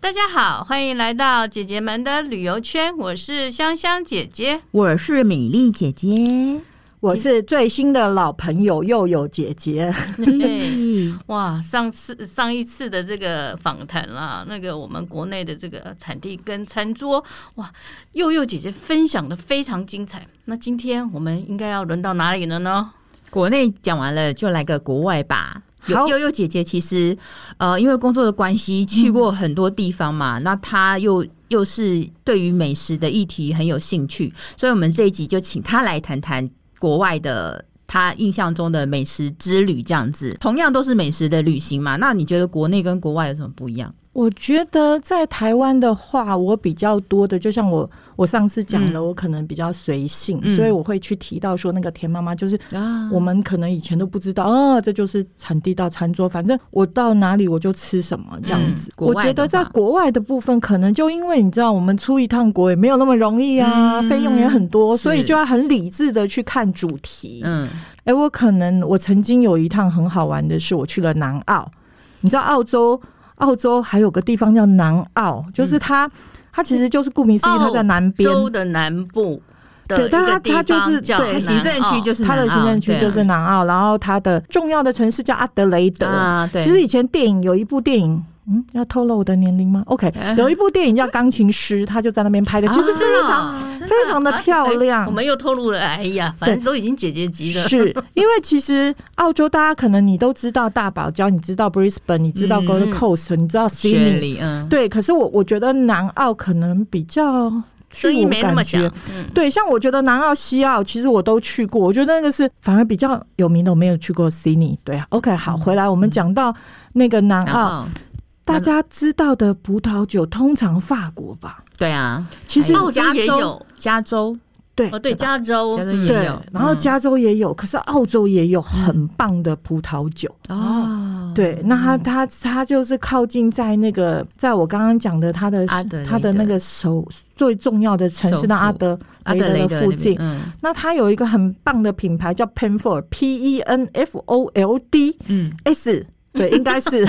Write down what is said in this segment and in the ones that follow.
大家好，欢迎来到姐姐们的旅游圈，我是香香姐姐。我是米粒姐姐，我是最新的老朋友又有姐姐， 对，嗯，哇，上次上一次的这个访谈啦，那个我们国内的这个产地跟餐桌，哇，佑佑姐姐分享的非常精彩。那今天我们应该要轮到哪里了呢？国内讲完了，就来个国外吧。好有悠悠姐姐其实，呃，因为工作的关系，去过很多地方嘛。那她又又是对于美食的议题很有兴趣，所以我们这一集就请她来谈谈国外的她印象中的美食之旅，这样子。同样都是美食的旅行嘛，那你觉得国内跟国外有什么不一样？我觉得在台湾的话，我比较多的，就像我我上次讲的，我可能比较随性，嗯所以我会去提到说那个田妈妈，就是啊我们可能以前都不知道，哦，这就是产地到餐桌，反正我到哪里我就吃什么这样子嗯。国我外的觉得在话国外的部分，可能就因为你知道，我们出一趟国也没有那么容易啊，嗯费用也很多，所以是就要很理智的去看主题。嗯，哎、我可能我曾经有一趟很好玩的是，我去了南澳。你知道澳洲，澳洲还有个地方叫南澳，就是它，它其实就是顾名思义，它在南边。州的南部的对一个但地它它就是方叫对哦南行政澳区就是它的行政啊区就是南澳，然后它的重要的城市叫阿德雷德。啊，对，其实以前电影有一部电影，嗯，要透露我的年龄吗？OK，嗯有一部电影叫《钢琴师》，他就在那边拍的，其实啊非常啊真非 常的漂亮哎我们又透露了，哎呀，反正都已经姐姐级了，是因为其实澳洲大家可能你都知道大堡礁，你知道 Brisbane，你知道嗯 Gold Coast，、你知道学 Sydney，历，嗯，对。可是我我觉得南澳可能比较，声音没那么响据我。嗯，对，像我觉得南澳、西澳，其实我都去过，我觉得那个是反而比较有名的，我没有去过 Sydney。对啊，OK，好，嗯回来我们讲到那个南然澳，后大家知道的葡萄酒通常法国吧，对啊，其实还哎有澳洲加也州有加州，对哦，对，吧加州，加州嗯也对有，然后嗯加州也有，可是澳洲也有很棒的葡萄酒。哦，对，那他他他就是靠近在那个，在我刚刚讲的他的阿德雷德他的那个首最重要的城市首的府阿德阿德雷雷德那德的附边近。嗯那他有一个很棒的品牌叫 Penfold P E N F O L D 嗯， S，对，应 该是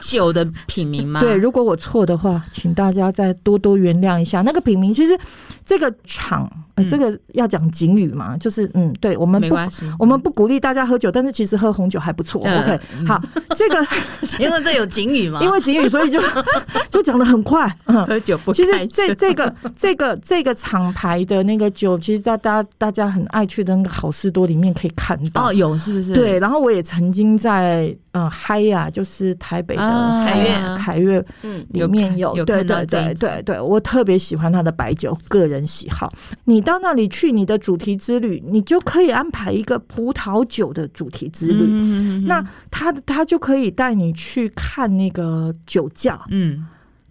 酒的品名吗？对。，如果我错的话，请大家再多多原谅一下。那个品名其实这个厂，呃嗯这个要讲警语嘛，就是嗯，对我们没不关系，我们不鼓励大家喝酒，但是其实喝红酒还不错。嗯 OK，嗯好，这个。嗯因为这有警语嘛，因为警 语，所以就 就讲的很快。嗯，喝酒不其开实车这这个这个这个厂牌的那个酒，其实大大家大家很爱去的那个好事多里面可以看到。哦有是不是？对，然后我也曾经在呃嗨呀，就是台北的啊海凯悦凯悦嗯，里面有，有看对有看到对这一对集对对，我特别喜欢它的白酒，个人喜好。你到那里去你的主题之旅，你就可以安排一个葡萄酒的主题之旅。嗯，嗯嗯嗯嗯那他他就可以带你去看那个酒窖，嗯，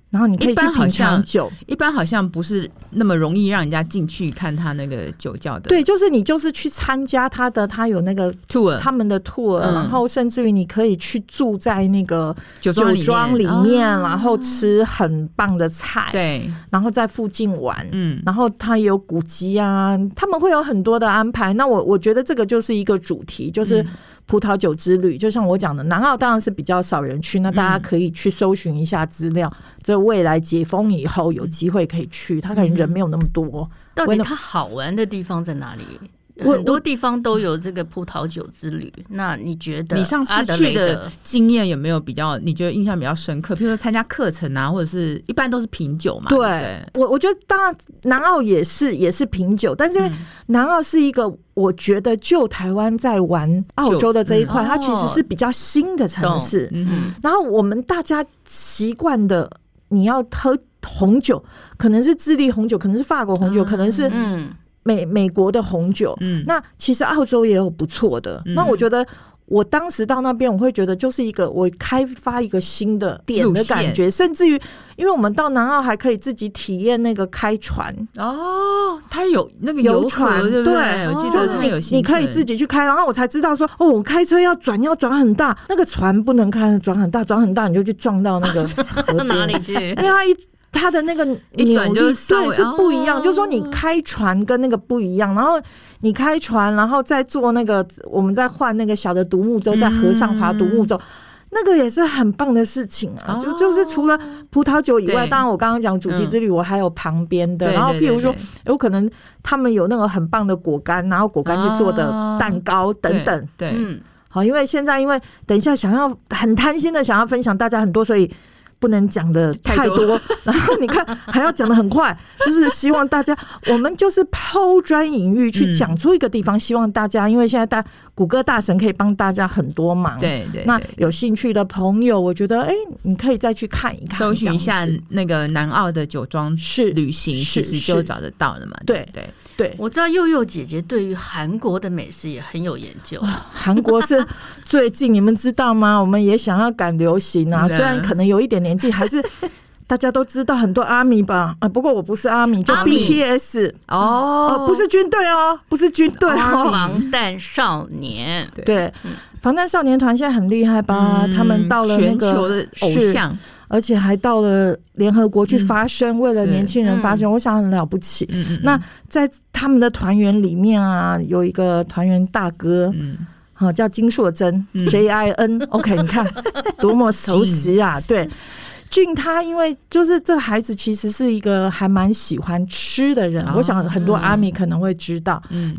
然后你可一以般去好品像尝酒。一般好像不是那么容易让人家进去看他那个酒窖的对，就是你就是去参加他的，他有那个 tour，他们的 tour，、呃嗯然后甚至于你可以去住在那个酒酒庄里庄里面，面，哦然后吃很棒的菜，对，然后在附近玩。嗯，然后它也有古迹啊，他们会有很多的安排。那我我觉得这个就是一个主题，嗯就是葡萄酒之旅。就像我讲的，南澳当然是比较少人去，那大家嗯可以去搜寻一下资料。这未来解封以后有机会可以去，他可能人没有那么多。到底我呢它好玩的地方在哪里？我很多地方都有这个葡萄酒之旅，那你觉得你上阿次德去雷的德经验有没有比较？你觉得印象比较深刻？比如说参加课程啊，或者是一般都是品酒嘛？对不对对，我我觉得当然南澳也是也是品酒，但是因为南澳是一个我觉得就台湾在玩澳洲的这一块，就嗯它其实是比较新的城市。嗯哼，然后我们大家习惯的，你要喝红酒，可能是智利红酒，可能是法国红酒，嗯可能是嗯，美美国的红酒。嗯，那其实澳洲也有不错的。嗯那我觉得。我当时到那边，我会觉得就是一个我开发一个新的点的感觉，甚至于，因为我们到南澳还可以自己体验那个开船，哦，它有那个游游船，船对不对我记哦得就是它你有你可以自己己去开。然后我才知道说，哦，我开车要转要转很大，那个船不能开，转很大，转很大你就去撞到那 个河到边嗯哪里去因？为它一它的那个一扭转力就稍微对是不一样，哦就是说你开船跟那个不一样，然后你开哦船，然后再坐那个我们在换那个小的独木舟，在河上划独木舟。那个也是很棒的事情啊。就就是除了葡萄酒以外，对当然我刚刚讲主题之旅，我还有旁边的，对然后对譬如对说对有可能他们有那个很棒的果干，然后果干去做的啊蛋糕等等。对，对嗯，好，因为现在因为等一下想要很贪心的想要分享大家很多，所以不能讲的太太多 多。然后你看还要讲的很快，就是希望大家，我们就是抛砖引玉去嗯讲出一个地方，希望大家，因为现在大谷歌大神可以帮大家很多忙。。对对，那有兴趣的朋友，我觉得哎、你可以再去看一看，搜寻一下这样子那个南澳的酒庄是旅行，是其实就是找得到了嘛。对对不对，对。我知道佑佑姐姐对于韩国的美食也很有研究，啊韩国是最近你们知道吗？我们也想要赶流行啊，嗯虽然可能有一点年纪，还是 大家都知道很多阿米吧啊。不过我不是阿米，就阿米 BTS 哦，哦不是军队哦，不是军队哦。防弹少年，对，防弹少年团现在很厉害吧？他们到了那嗯全球个的偶是像，而且还到了联合国去发声，为了是年轻人发声，我想很了不起。嗯嗯，那在他们的团员里面啊，有一个团员大哥，嗯好、叫金硕珍、嗯 J I N。OK，你 看多么熟悉啊！对，俊他因为就是这孩子其实是一个还蛮喜欢吃的人，哦我想很多阿米可能会知道。嗯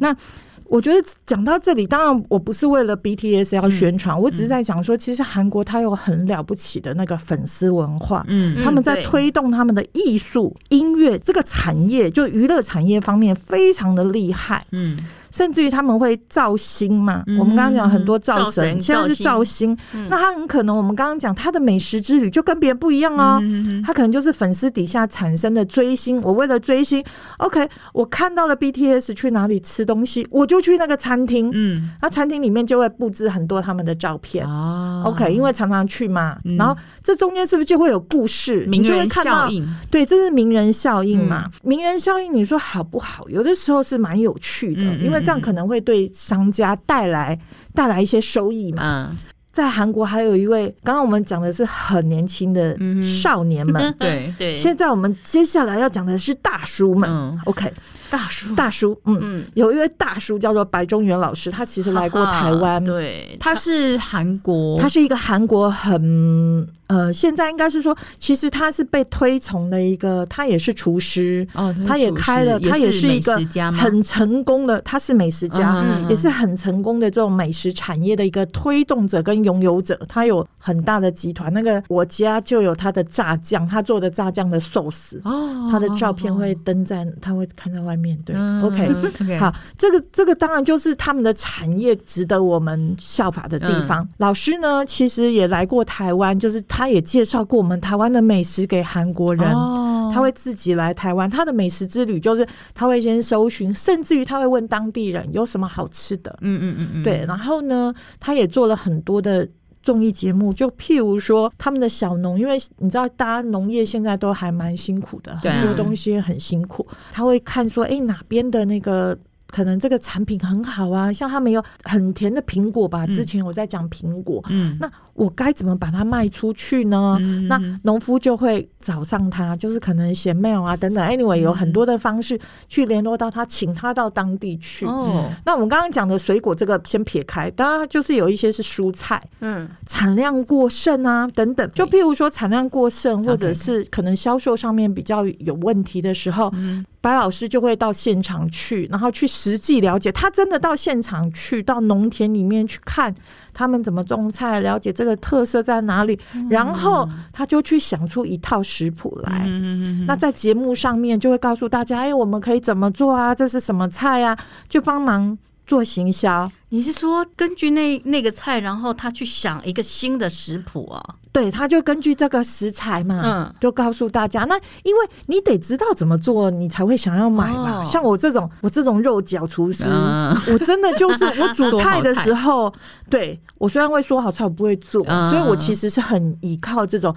我觉得讲到这里，当然我不是为了 BTS 嗯要宣传，我只是在讲说，其实韩国它有很了不起的那个粉丝文化。嗯嗯他们在对推动他们的艺术、音乐这个产业，就娱乐产业方面非常的厉害。嗯甚至于他们会造星嘛？嗯我们刚刚讲很多造造神神，现在是造造星，嗯那他很可能我们刚刚讲他的美食之旅就跟别人不一样哦。嗯嗯他可能就是粉丝底下产生的追星，我为了追星，OK，我看到了 BTS 去哪里吃东西，我就去那个餐厅，嗯那餐厅里面就会布置很多他们的照片嗯，哦 OK，因为常常去嘛，嗯然后这中间是不是就会有故事？名你就会人看到效应，对，这是名人效应嘛？嗯名人效应，你说好不好？有的时候是蛮有趣的，嗯嗯因为这样可能会对商家带来带来一些收益嘛。嗯，在韩国还有一位，刚刚我们讲的是很年轻的嗯哼少年们，对对，现在我们接下来要讲的是大叔们。嗯 OK，大叔，大叔，嗯，嗯，有一位大叔叫做白中原老师，他其实来过哈哈台湾，对，他是韩国，他是一个韩国很呃，现在应该是说，其实他是被推崇的一个，他也是厨师，哦，他也主持开了他也也是一个美食家吗很成功的，他是美食家。嗯也是很成功的这种美食产业的一个推动者跟拥有者，他有很大的集团。那个我家就有他的炸酱，他做的炸酱的寿司，哦，嗯他的照片会登在，他会看在外面。对，OK， OK，好，这个这个当然就是他们的产业值得我们效法的地嗯方。老师呢，其实也来过台湾，就是他也介绍过我们台湾的美食给韩国人。哦他会自己来台湾，他的美食之旅就是他会先搜寻，甚至于他会问当地人有什么好吃的。嗯嗯嗯嗯，对，然后呢，他也做了很多的综艺节目，就譬如说他们的小农，因为你知道，大家农业现在都还蛮辛苦的，对啊很多东西很辛苦。他会看说，哎，哪边的那个。可能这个产品很好啊，像他们有很甜的苹果吧。嗯之前我在讲苹果，嗯，那我该怎么把它卖出去呢？嗯那农夫就会找上他，就是可能写 mail 啊等等，anyway 有很多的方式去联络到他，请他到当地去。嗯哦，那我们刚刚讲的水果这个先撇开，当然它就是有一些是蔬菜嗯，产量过剩啊等等，就譬如说产量过剩，或者是可能销售上面比较有问题的时候，嗯白老师就会到现场去，然后去实际了解，他真的到现场去，到农田里面去看他们怎么种菜，了解这个特色在哪里，然后他就去想出一套食谱来。嗯嗯嗯嗯那在节目上面就会告诉大家，哎，我们可以怎么做啊？这是什么菜啊？就帮忙做行销。你是说根据那那个菜，然后他去想一个新的食谱啊？对，他就根据这个食材嘛，嗯就告诉大家。那因为你得知道怎么做，你才会想要买嘛。哦像我这种，我这种肉饺厨师，嗯我真的就是我煮菜的时候，对我虽然会说好菜，我不会做，嗯所以我其实是很依靠这种。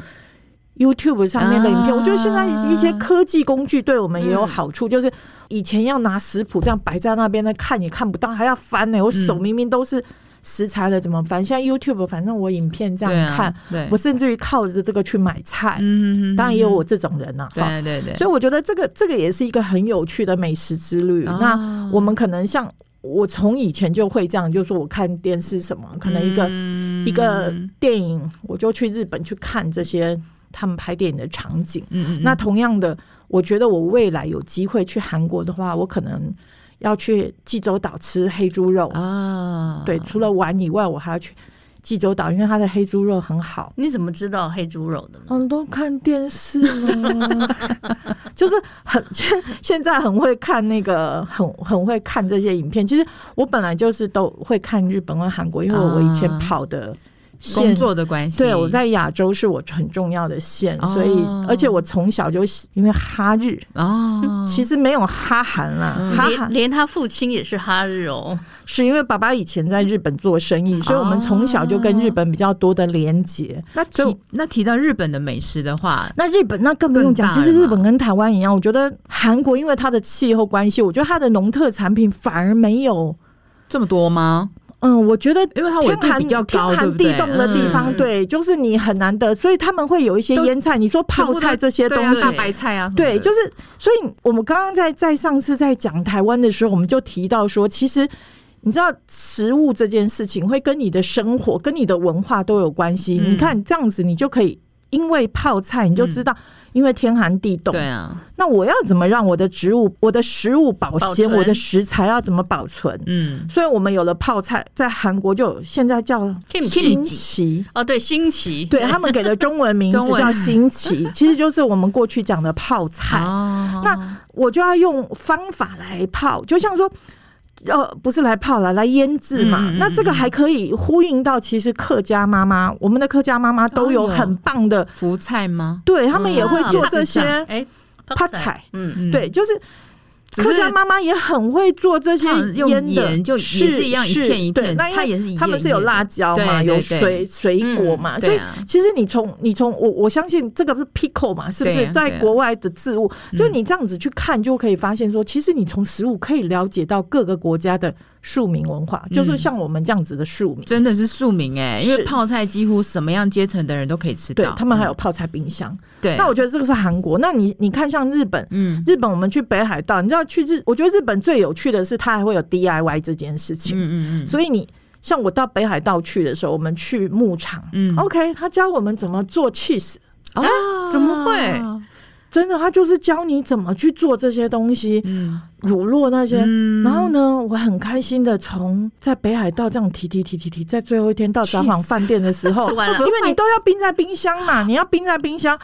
YouTube 上面的影片，嗯我觉得现在一些科技工具对我们也有好处，就是以前要拿食谱这样摆在那边，那看也看不到，还要翻嗯呢、我手明明都是食材了，怎么翻？现在 YouTube 反正我影片这对样啊看，对，我甚至于靠着这个去买菜，嗯，嗯嗯当然也有我这种人呐、哈。对对对，所以我觉得这个这个也是一个很有趣的美食之旅。哦那我们可能像我从以前就会这样，就是我看电视什么，可能一个、嗯一个电影，我就去日本去看这些他们拍电影的场景。嗯嗯那同样的，我觉得我未来有机会去韩国的话，我可能要去济州岛吃黑猪肉。啊，对，除了玩以外，我还要去济州岛，因为它的黑猪肉很好。你怎么知道黑猪肉的呢？嗯，都看电视了， 就是很 现现在很会看那个，很很会看这些影片。其实我本来就是都会看日本跟韩国，因为我以前啊跑的线工作的关系，对，我在亚洲是我很重要的线，所以哦而且我从小就喜因为哈日，哦，其实没有哈韩啦，嗯哈连韩连他父亲也是哈日哦，是因为爸爸以前在日本做生哦意，所以我们从小就跟日本比较多的连结。那所以提那提到日本的美食的话，那日本那更不用讲，更大其了实日本跟台湾一样，我觉得韩国因为它的气候关系，我觉得它的农特产品反而没有。这么多吗？嗯，我觉得因为它纬天度寒比较高，对天寒不地对？冻的地方，嗯对，就是你很难得，所以他们会有一些都腌菜。你说泡菜这些对东啊西大，白菜啊什么的，对，就是，所以我们刚刚在在上次在讲台湾的时候，我们就提到说，其实你知道食物这件事情会跟你的生活、跟你的文化都有关系。嗯你看这样子，你就可以因为泡菜，你就知道，因为天寒地冻，对啊，那我要怎么让我的植物、我的食物保保鲜，存我的食材要怎么保存？嗯，所以我们有了泡菜，在韩国就有现在叫 kimchi 新奇。哦，对，新奇，哎对他们给的中文名字中文叫新奇，其实就是我们过去讲的泡菜。哦，那我就要用方法来泡，就像说。呃，不是来泡了，来腌制嘛。嗯嗯嗯那这个还可以呼应到，其实客家妈妈，我们的客家妈妈都有哦很棒的，福菜吗？对他们也会做这些。啊哎，泡菜，嗯，嗯对，，就是只是客家妈妈也很会做这些好像用腌的，盐就也是一样一片一片对那因为它也是一他们片是一有片辣椒嘛，对对有对水水果嘛，嗯所以对啊其实你从你从我我相信这个是 pickle 嘛，是不对是啊在对啊国外的字物？嗯就你这样子去看，就可以发现说，其实你从食物可以了解到各个国家的庶民文化，嗯就是像我们这样子的庶民。真的是庶民哎，因是为泡菜几乎什么样阶层的人都可以吃对到，他们还有嗯泡菜冰箱，对，那我觉得这个是韩国。那你你看，像日本，嗯日本我们去北海道，你知道去日，我觉得日本最有趣的是它还会有 DIY 这件事情。嗯嗯嗯所以你像我到北海道去的时候，我们去牧场、嗯 o k 他教我们怎么做 cheese，哦怎么会？真的，他就是教你怎么去做这些东西，嗯乳酪那些。嗯然后呢，我很开心的从在北海道这样提提提提提，在最后一天到札幌 Cheese 饭店的时候，吃完了因为你都要冰在冰箱嘛，你要冰在冰箱，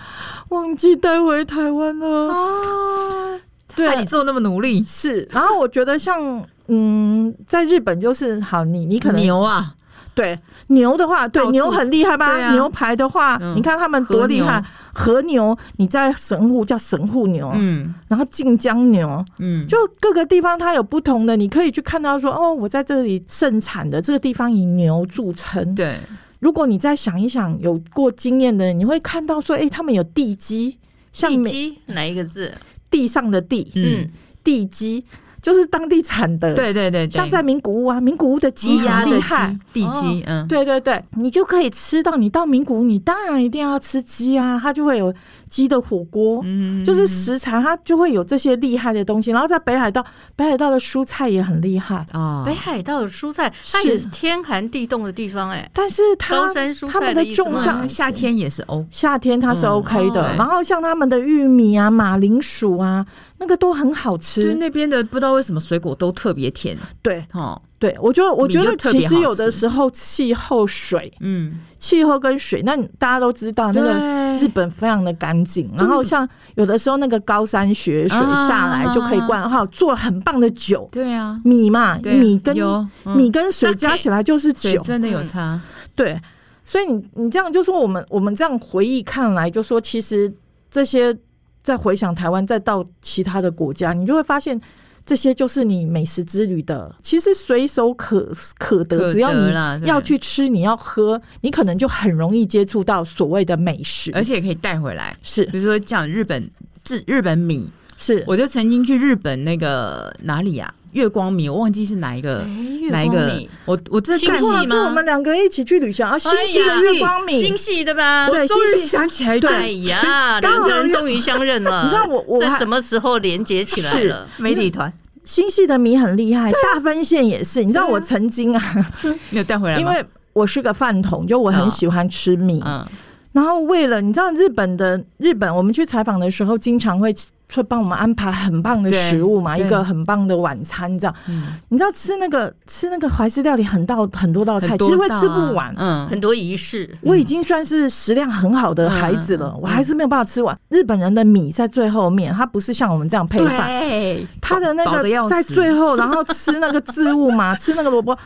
忘记带回台湾了。哦，对，啊那你做那么努力，是，然后我觉得像嗯，在日本就是好，你你可能牛啊，对牛的话，对到处牛很厉害吧？对啊牛排的话，嗯你看他们多厉害。和牛，你在神户叫神户牛，嗯然后晋江牛，嗯，哦就各个地方它有不同的，你可以去看到说哦，我在这里盛产的这个地方以牛著称。对，如果你再想一想，有过经验的人，你会看到说，哎、他们有地基，像地美基哪一个字？地上的地，嗯嗯，地基就是当地产的。对对对，对像在名古屋啊，名古屋的鸡鸡鸭很的厉鸡害，地哦鸡，嗯，对对对，你就可以吃到。你到名古屋，你当然一定要吃鸡啊，它就会有鸡的火锅，嗯，就是食材它就会有这些厉害的东西。然后在北海道，北海道的蔬菜也很厉害，啊北，海道的蔬菜，它是也是天寒地冻的地方，哎，但是它高山蔬他菜的们的意思种吗上像夏天也是欧，夏天它是嗯 OK 的。哦然后像他们的玉米啊、马铃薯啊，那个都很好就是吃。那边的不知道为什么水果都特别甜，对哦，对，我觉得我米觉就得特其别实好有的吃时候气候、水、嗯，气候跟水，那你大家都知道那个。日本非常的干净，嗯然后像有的时候那个高山雪水啊下来就可以灌，还有做很棒的酒，对啊，米嘛，对米跟有嗯米跟水加起来就是水酒，真的有差，对，所以你你这样就说我们我们这样回忆看来，就说其实这些再回想台湾，再到其他的国家，你就会发现。这些就是你美食之旅的，其实随手可可得，可只要得你啦对要去吃，你要喝，你可能就很容易接触到所谓的美食。而且也可以带回来，是比如说讲日本日日本米，是，我就曾经去日本那个哪里啊，月光米，我忘记是哪一个呃哎，月哪一光个米，我我这新看系哇，吗是我们两个一起去旅行啊，新系的日光米。新系对吧？对，终于新系。想起来，哎呀，刚两好个人终于相认了。 你知道我我在还什么时候连接起来了？媒体团，新系的米很厉害，大分县也是。你知道我曾经啊，你有带回来 因吗？为我是个饭桶，就我很嗯喜欢吃米，嗯，然后为了你知道日本的日本，我们去采访的时候，经常会会帮我们安排很棒的对食物嘛，对一个很棒的晚餐这样。你知道吃那个吃那个怀石料理很道很多道菜，很其多实会道吃啊不完。嗯，很多仪式，我已经算是食量很好的孩子了，我还是没有办法吃完。日本人的米在最后面，它不是像我们这样配饭，对，他的那饱得要个死在最后，然后吃那个渍 物嘛，吃那个萝卜。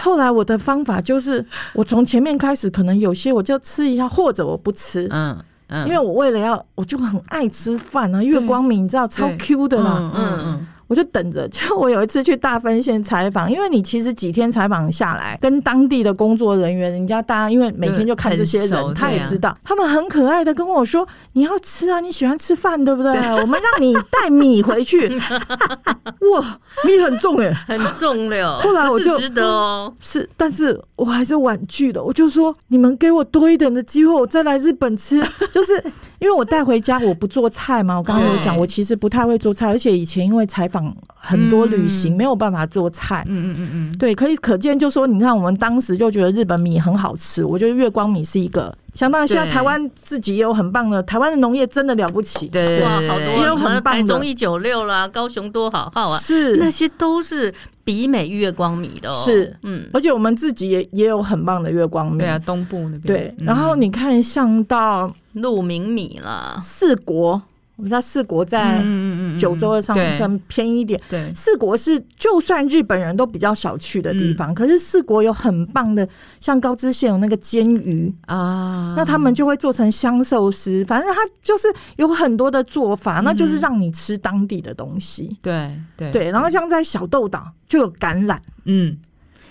后来我的方法就是，我从前面开始，可能有些我就吃一下，或者我不吃，嗯嗯，因为我为了要，我就很爱吃饭啊。月光米你知道超对 Q 的啦，嗯嗯我就等着。 就我有一次去大分县采访，因为你其实几天采访下来，跟当地的工作人员，人家大家因为每天就看这些对很熟人，他也对啊知道，他们很可爱的跟我说：“你要吃啊，你喜欢吃饭对不对？我们让你带米回去。” 哇，米很重哎、很重了。后来我就不是值得哦，是，但是我还是婉拒的。我就说，你们给我多一点的机会，我再来日本吃。 就是因为我带回家，我不做菜嘛。我刚刚有讲，对我其实不太会做菜，而且以前因为采访很多旅行，嗯没有办法做菜。嗯嗯嗯对，可以可见，就说你看，我们当时就觉得日本米很好吃。我觉得月光米是一个相当，现在对台湾自己也有很棒的，台湾的农业真的了不起。对，哇，好也有多，啊很什么棒台的中一九六啦，高雄多好好啊，是那些都是比美月光米的哦。是嗯，而且我们自己也也有很棒的月光米。对啊，东部那边对然后你看，像到鹿鸣米啦，四国，我们知道四国在嗯九州的上对更偏一点。对四国是就算日本人都比较少去的地方，可是四国有很棒的，像高知县有那个煎鱼，啊，那他们就会做成香寿司，反正它就是有很多的做法，那就是让你吃当地的东西。对对，对，然后像在小豆岛就有橄榄，嗯，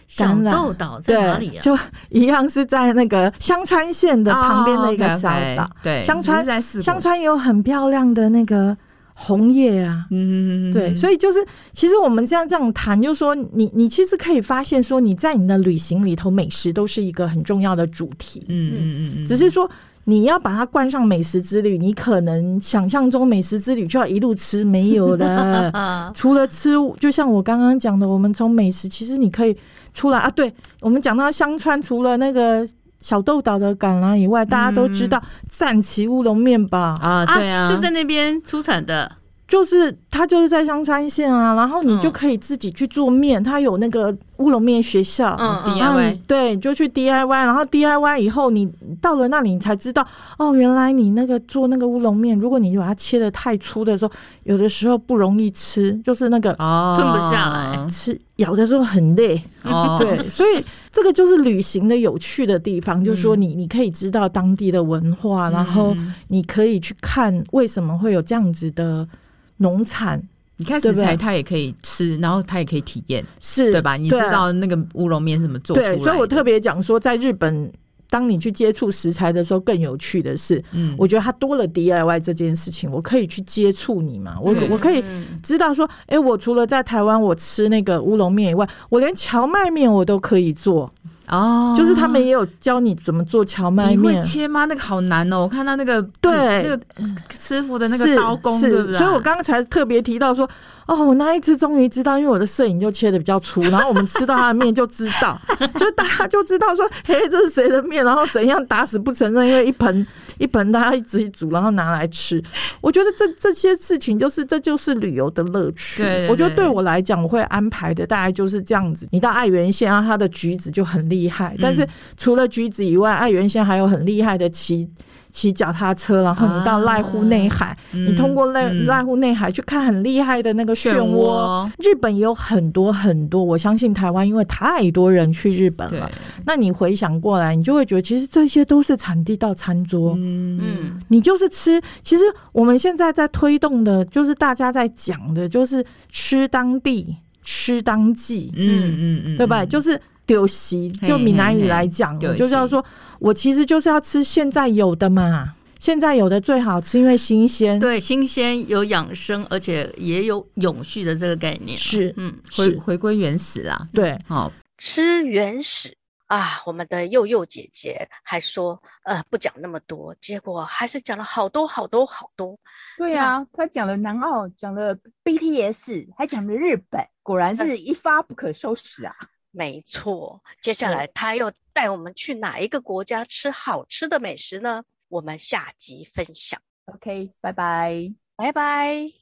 小橄榄豆岛在对，哪里啊？就一样是在那个香川县的旁边的哦一个小岛。对，在四香，川也有很漂亮的那个红叶啊，嗯，对，所以就是，其实我们这样这样谈，就说你你其实可以发现，说你在你的旅行里头，美食都是一个很重要的主题，嗯嗯嗯嗯，只是说你要把它冠上美食之旅，你可能想象中美食之旅就要一路吃，没有的。 啊，除了吃，就像我刚刚讲的，我们从美食，其实你可以出来啊。对，我们讲到香川，除了那个小豆岛的橄榄以外，大家都嗯知道赞岐乌龙面吧？啊，对啊，是在那边出产的，就是它就是在香川县啊，然后你就可以自己去做面，它有那个乌龙面学校。嗯嗯， DIY 然后你啊对，你就去 DIY，然后 DIY 以后你到了那里，你才知道哦，原来你那个做那个乌龙面，如果你把它切的太粗的时候，有的时候不容易吃，就是那个哦，吃咬的时候很累。哦， 对，所以这个就是旅行的有趣的地方，就是说嗯你你可以知道当地的文化，然后你可以去看为什么会有这样子的农产你看食材，它也可以吃，然后它也可以体验，是对吧？你知道那个乌龙面是怎么做出来对，所以我特别讲说，在日本，当你去接触食材的时候，更有趣的是，嗯，我觉得它多了 DIY 这件事情，我可以去接触你嘛，我对我可以。嗯知道说，哎、我除了在台湾我吃那个乌龙面以外，我连荞麦面我都可以做，哦，就是他们也有教你怎么做荞麦你会面。切吗？那个好难哦！我看到那个对那个师傅的那个是刀工，是对不对？所以我刚刚才特别提到说，哦，我那一次终于知道，因为我的摄影就切的比较粗，然后我们吃到他的面就知道，就大家就知道说，嘿，这是谁的面，然后怎样打死不承认，因为一盆一盆大家一直煮，然后拿来吃。我觉得这这些事情就是这就是旅游的乐趣。对对我觉得对对我来讲，我会安排的大概就是这样子。你到爱媛县啊，它的橘子就很厉害，但嗯是除了橘子以外，爱媛县还有很厉害的骑骑脚踏车，然后你到濑户内海。嗯你通过濑嗯濑户内海去看很厉害的那个漩漩涡。涡，日本也有很多很多，我相信台湾因为太多人去日本对了，，那你回想过来，你就会觉得其实这些都是产地到餐桌，嗯嗯，你就是吃。其实我们现在在推动的，就是大家在讲的，就是吃当地、吃当季，嗯嗯，对吧？就是丢席，嘿就闽南语来讲，嘿嘿我就是要说，我其实就是要吃现在有的嘛，现在有的最好吃，因为新鲜。对，新鲜有养生，而且也有永续的这个概念。是嗯，回是回归原始啦。对，好，吃原始啊！我们的佑佑姐姐还说，呃，不讲那么多，结果还是讲了好多好多好多。对啊，他讲了南澳，讲了 BTS，还讲了日本，果然是一发不可收拾啊！没错，接下来他又带我们去哪一个国家吃好吃的美食呢？我们下集分享， OK，拜拜。拜拜。